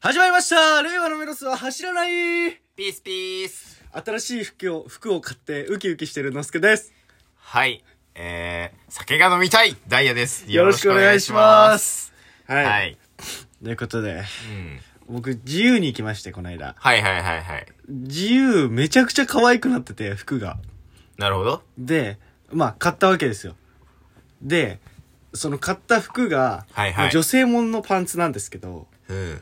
始まりました令和のメロスは走らないピースピース新しい服を、服を買ってウキウキしてるのすけです。はい。えー、酒が飲みたいダイヤです。よろしくお願いします。は。はいい。はい。ということで、うん。僕自由に行きまして、この間。はいはいはいはい。自由めちゃくちゃ可愛くなってて、服が。なるほど。で、まあ買ったわけですよ。で、その買った服が、はいはい女性もんのパンツなんですけど、うん。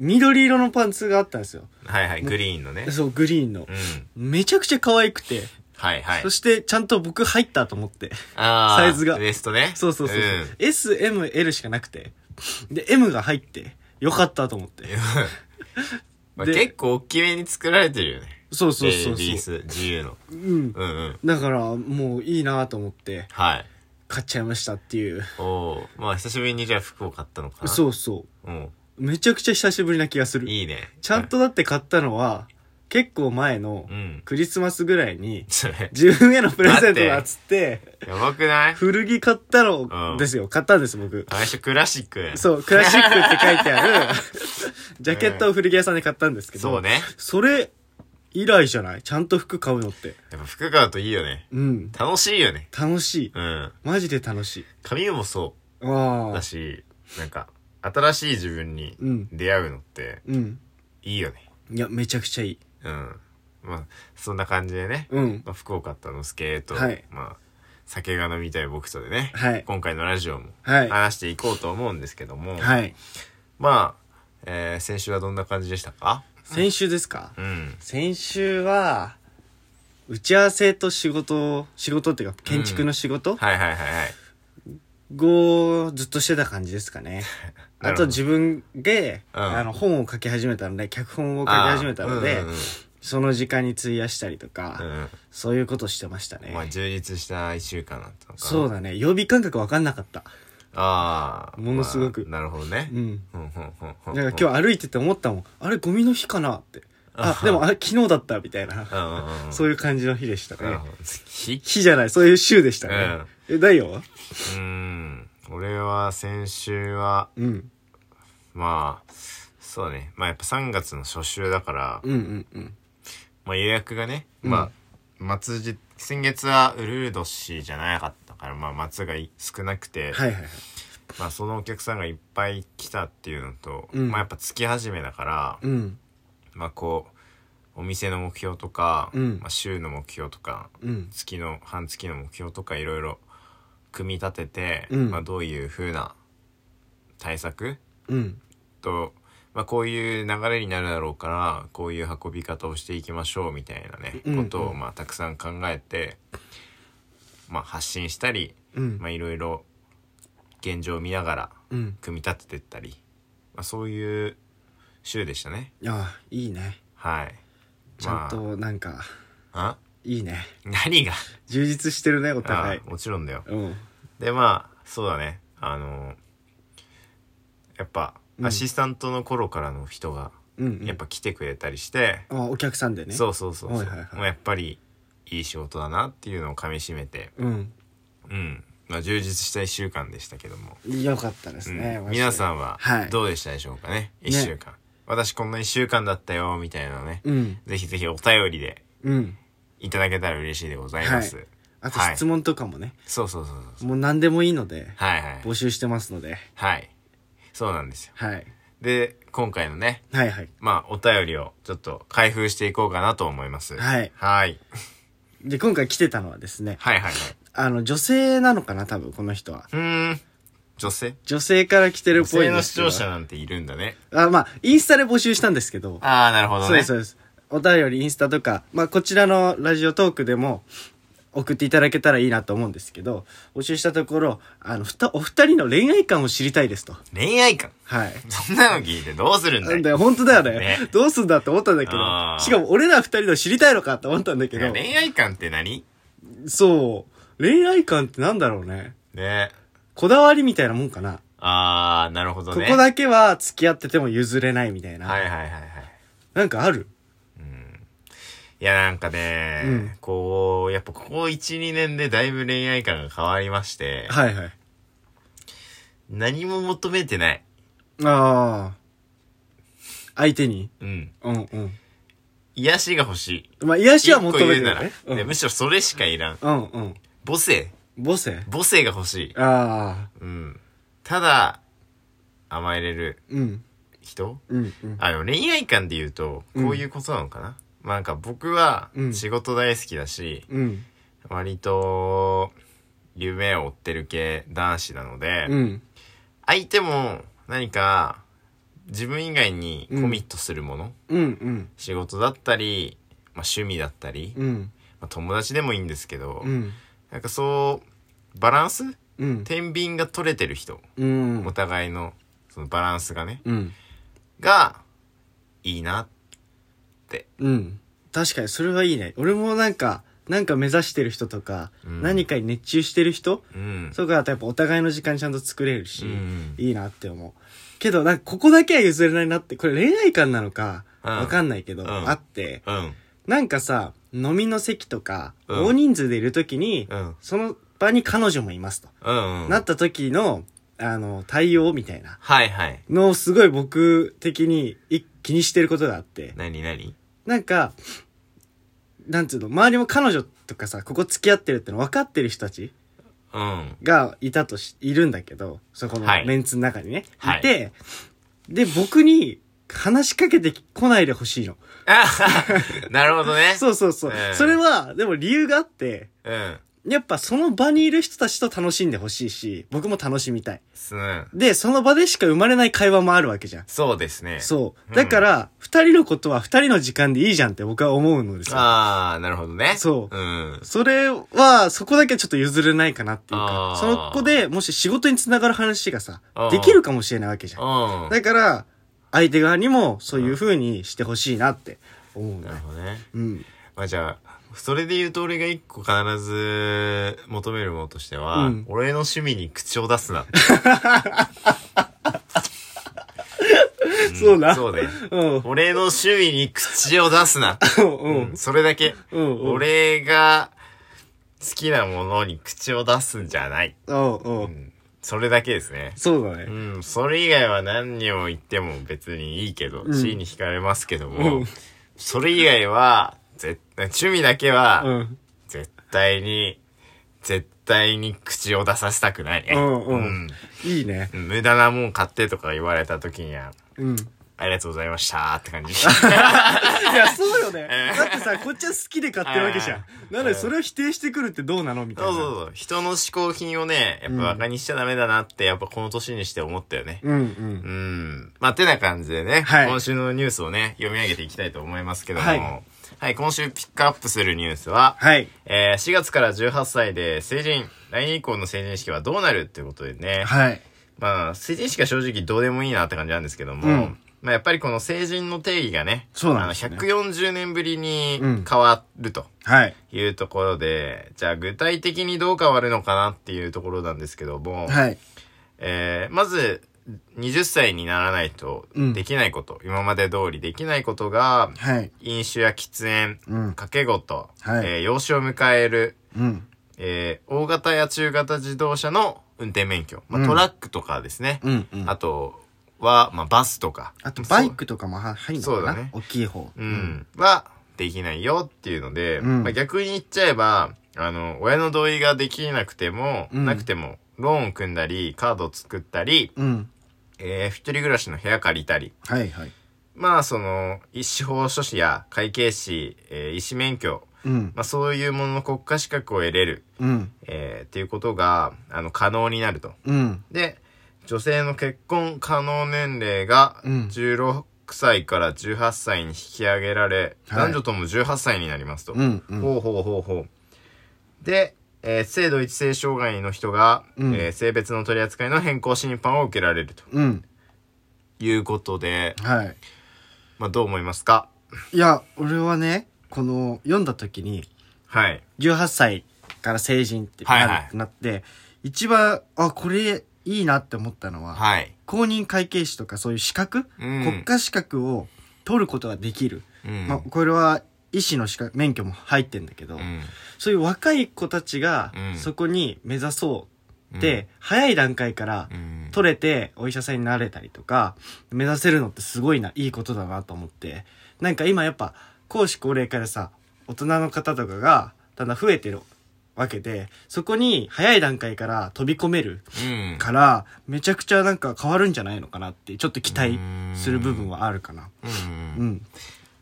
緑色のパンツがあったんですよ。はいはい。グリーンのね。そう、グリーンのう。ん。めちゃくちゃ可愛くて、はいはいそ。してちゃんと僕入ったと思って。あサイズがウエストね。そうそうそうそう、ん S、M、L しかなくて。で、M が入って、よかったと思って。まあで結構大きめに作られてるよね。そうそうそうレリーそス、自由の。う。うん。うんうん。だから、もういいなと思って、はい。買っちゃいましたっていう。おー。まあ久しぶりにじゃあ服を買ったのかな。そうそうん。う。めちゃくちゃ久しぶりな気がする。いいね。ちゃんとだって買ったのは、結構前のうん。クリスマスぐらいに、それ、自分へのプレゼントだっつって、やばくない古着買ったうのんですよ。買ったんです、僕。最初クラシック。そう、クラシックって書いて ある、ジャケットを古着屋さんで買ったんですけど、そうね。それ以来じゃないちゃんと服買うのって。やっぱ服買うといいよね。うん。楽しいよね。楽しい。うん。マジで楽しい。髪もそあうあだ。し、なんか、新しい自分にうん出会うのってうん。いいよね。いや、めちゃくちゃいい。うん。まあ、そんな感じでね。うん。まあ、福岡ったのスケート、はいまあ、酒が飲みたい僕とでね、はい今回のラジオもはい話していこうと思うんですけども、はい。まあ、えー先週はどんな感じでしたか先週ですか、うん。先週は、打ち合わせと仕事、仕事っていうか、建築の仕事はいはいはいはい。をずっとしてた感じですかね。 なあるほどと自分で、うんあの、本を書き始めたので、脚本を書き始めたので、あーうんうんその時間に費やしたりとか、うんうんそういうことしてましたね。まあ、充実した一週間だったのかな。そうだね。予備感覚わかんなかった。ああ。ものすごくまあなるほどね。うん。うんうんうんうん。なんか今日歩いてて思ったもん。あれ、ゴミの日かなって。あ、でもあれ、昨日だった、みたいな。うんうんうん。そういう感じの日でしたなるねほ。ど。ひ日じゃない、そういう週でしたね。え、だようん。俺は先週は、うん。まあ、そうね。まあやっぱ3月の初週だから、うんうんうん。まあ予約がね、うんまあ、末日、先月はウルード氏じゃなかったから、まあ末がい少なくて、はいはいはい。まあそのお客さんがいっぱい来たっていうのと、うんまあやっぱ月始めだから、うん。まあこう、お店の目標とか、うんまあ週の目標とか、うん。月の半月の目標とかいろいろ組み立てて、うんまあ、どういう風な対策うん。と、まあ、こういう流れになるだろうからこういう運び方をしていきましょうみたいなね、うんことを、まあ、たくさん考えて、まあ、発信したりうんまあいろいろ現状を見ながらうん。組み立ててったり、まあ、そういう週でしたねああ、いいね。はいちゃんと、なんか、あ いいね。何が充実してるね、お互いあ。もちろんだようん。でまあそうだねあのやっぱ、アシスタントの頃からの人がうんうん。やっぱ来てくれたりして、あ、お客さんでね。そうそうそうそう、はいはいはいまあやっぱりいい仕事だなっていうのをかみしめてうん。うん、まあ、充実した1週間でしたけども、よかったですうんね。マジで皆さんははいどうでしたでしょうかね、ね一1週間、私こんな1週間だったよみたいなのね、うん。ぜひぜひお便りでうん。いただけたら嬉しいでございます、はいあと質問とかもね。そうそうそうそうもう何でもいいので、はいはい募集してますので、はいそうなんですよはい。で今回のねはいはい。まあ、お便りをちょっと開封していこうかなと思います。はいはい。で、今回来てたのはですね、はいはいはい。あの、女性なのかな、多分、この人は。うーん。女性女性から来てるっ女ぽい性んので視すけど。聴者なんているんだね。あ、まあ、インスタで募集したんですけど、ああ、なるほどね。そうです、そうです。お便り、インスタとか、まあ、こちらのラジオトークでも、送っていただけたらいいなと思うんですけど、募集したところ、あの、ふた、お二人の恋愛観を知りたいですと。恋愛観。はい。そんなの聞いてどうするんだないんだよ、本当だよね。ねどうすんだって思ったんだけどあ。ーしかも俺ら二人の知りたいのかって思ったんだけいどや。恋愛観って何そう。恋愛観ってなんだろうね。ね。こだわりみたいなもんかな。ああ、なるほどこね。こだけは付き合ってても譲れないみたいな。はいはいはいはい。なんかあるいや、なんかね、うんこう、やっぱここ1、2年でだいぶ恋愛観が変わりまして、はいはい。何も求めてない。ああ。相手に。うん。うんうん。癒しが欲しい。まあ、癒しは一個求めて言うるなよら、ね。いやむしろそれしかいらん。うんうん。母性。母性母性が欲しい。ああ。うん。ただ、甘えれるうん。人うんうん。あ、でも恋愛観で言うと、こういうことなのかな、まあなんか僕はうん仕事大好きだし、うん。割と夢を追ってる系男子なので、うん。相手も何か自分以外にコミットするもの、うんうん。仕事だったり、まあ、趣味だったり、うん。まあ、友達でもいいんですけど、うん。なんかそうバランスうん。天秤が取れてる人うんお。互いのそのバランスがねうん。がいいなうん。確かに、それはいいね。俺もなんか、なんか目指してる人とか、うん何かに熱中してる人うんとかだとやっぱお互いの時間ちゃんと作れるし、うんいいなって思う。けど、なんかここだけは譲れないなって、これ恋愛観なのか、うんわかんないけど、うんあって、うんなんかさ、飲みの席とか、うん大人数でいる時に、うんその場に彼女もいますと。うんうんなった時の、あの、対応みたいなはいはいのをすごい僕的にい気にしてることがあって、何何なんか、なんつうの、周りも彼女とかさ、ここ付き合ってるっての分かってる人たちうんがいたとし、いるんだけど、そこのはいメンツの中にね、はいいて、で、僕に話しかけてこないでほしいの。あ なるほどねそうそうそう。ええそれは、でも理由があって、うんやっぱその場にいる人たちと楽しんでほしいし、僕も楽しみたい。すうんで、その場でしか生まれない会話もあるわけじゃん。そうですねそう。だから、二、人のことは二人の時間でいいじゃんって僕は思うのですよ。ああなるほどねそううんそれは、そこだけちょっと譲れないかなっていうあかー、その子でもし仕事につながる話がさあー、できるかもしれないわけじゃん。うんだから、相手側にもそういう風にしてほしいなって思うねなる。ほどねうん。まあじゃあ、それで言うと俺が一個必ず求めるものとしては、うん俺の趣味に口を出すな。ん そうなそうだよ。うん。俺の趣味に口を出 すな。う。うんん、それだけ。うん。うん。俺が好きなものに口を出すんじゃない。うん。う。うんん、それだけですね。そうだうね。ん、それ以外は何を言っても別にいいけど、ん C に惹かれますけども、うんそれ以外は、絶趣味だけは、うん。絶対に、絶対に口を出させたくないね。うんうんいいね。うん無駄なもん買ってとか言われた時には、うん。ありがとうございましたって 感じ。いや、そうよね。だってさ、こっちは好きで買ってるわけじゃん。なので、それを否定してくるってどうなのみたいそな。うそうそう。人の嗜好品をね、やっぱ馬鹿にしちゃダメだなって、やっぱこの年にして思ったよね。うんう。うんん。まあ、てな感じでね、はい今週のニュースをね、読み上げていきたいと思いますけども、ははいい、今週ピックアップするニュースは、はい。えー4月から18歳で成人、来年以降の成人式はどうなるっていうことでね、はい。まあ、成人式は正直どうでもいいなって感じなんですけども、うんまあやっぱりこの成人の定義がね、そうなんですよねあの140年ぶりにうん変わるとはい。いうところで、じゃあ具体的にどう変わるのかなっていうところなんですけども、はい。えーまず、20歳にならないとうんできないこと、今まで通りできないことが、はい。飲酒や喫煙、うん。掛け事、はいえー養子を迎える、うん。えー大型や中型自動車の運転免許、まうあ、んトラックとかですね、うん。うん。あとは、まあ、バスとか。あと、バイクとかもは入んのそうかだな、ね大きい方。そう。うん。は、できないよっていうので、うんまあ、逆に言っちゃえば、あの、親の同意ができなくても、うんなくても、ローンを組んだり、カードを作ったり、うん。えー一人暮らしの部屋借りたり、はいはい。まあ、その、司法書士や会計士、えー医師免許、うん。まあ、そういうものの国家資格を得れる、うん。えーっていうことが、あの、可能になると。うん。で、女性の結婚可能年齢がうん16歳から18歳に引き上げられ、はい男女とも18歳になりますと。うん。うん。ほうほうほうほう。で、えー性同一性障害の人が、うんえー性別の取り扱いの変更審判を受けられるとうん。いうことで、はい。まあどう思いますかいや、俺はね、この、読んだ時に、はい。 18歳から成人ってなるはいはいってなって、一番、あ、これいいなって思ったのは、はい。公認会計士とかそういう資格、うん国家資格を取ることができる。うん。まあ、これは医師の資格、免許も入ってんだけど、うんそういう若い子たちがうんそこに目指そうって、早い段階からうん取れてお医者さんになれたりとか、目指せるのってすごいな、いいことだなと思って。なんか今やっぱ、公私高齢化でさ、大人の方とかが、だんだん増えてるわけで、そこに早い段階から飛び込めるうんから、めちゃくちゃなんか変わるんじゃないのかなって、ちょっと期待する部分はあるかな。うんうんうん。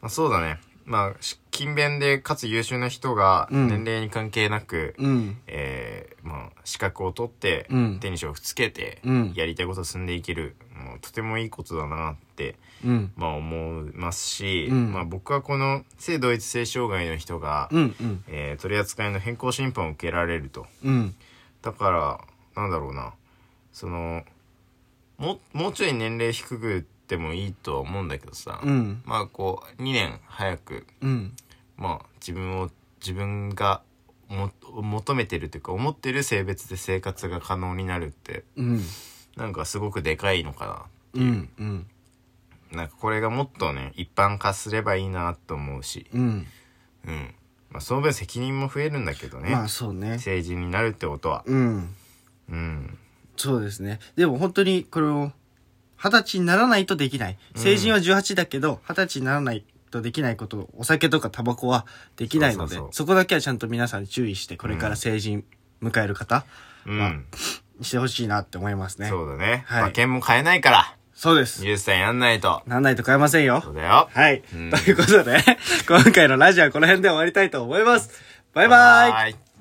まあ、そうだねまあし勤勉でかつ優秀な人がうん年齢に関係なく、うん。えーまあ、資格を取って、うん手に職つけて、うんやりたいことを進んでいけるもうとてもいいことだなって、うん。まあ、思いますし、うんまあ、僕はこの性同一性障害の人が、うん。うん。えー取り扱いの変更審判を受けられるとうん。だからなんだろうなそのももうちょい年齢低くてもいいとは思うんだけどさ、うん。まあこう2年早くうん。まあ自分を自分がも求めてるというか思ってる性別で生活が可能になるってうん。なんかすごくでかいのかうん。うん。ななんかこれがもっとね一般化すればいいなと思うしうん。うんまあその分責任も増えるんだけどね、まあそうね。成人になるってことはうん。うんそうですね。でも本当にこれを、二十歳にならないとできない。成人は18だけど、二十歳にならないとできないこと、お酒とかタバコはできないので、そそうそうそうこだけはちゃんと皆さん注意して、これから成人迎える方、うん、まあにしてほしいなって思いますね。そそううだね、はい馬券も買えないからです。ゆうさんやんないとなんないと買えませんよ。そうだよはい。う んということで、今回のラジオはこの辺で終わりたいと思います。バイバイバイ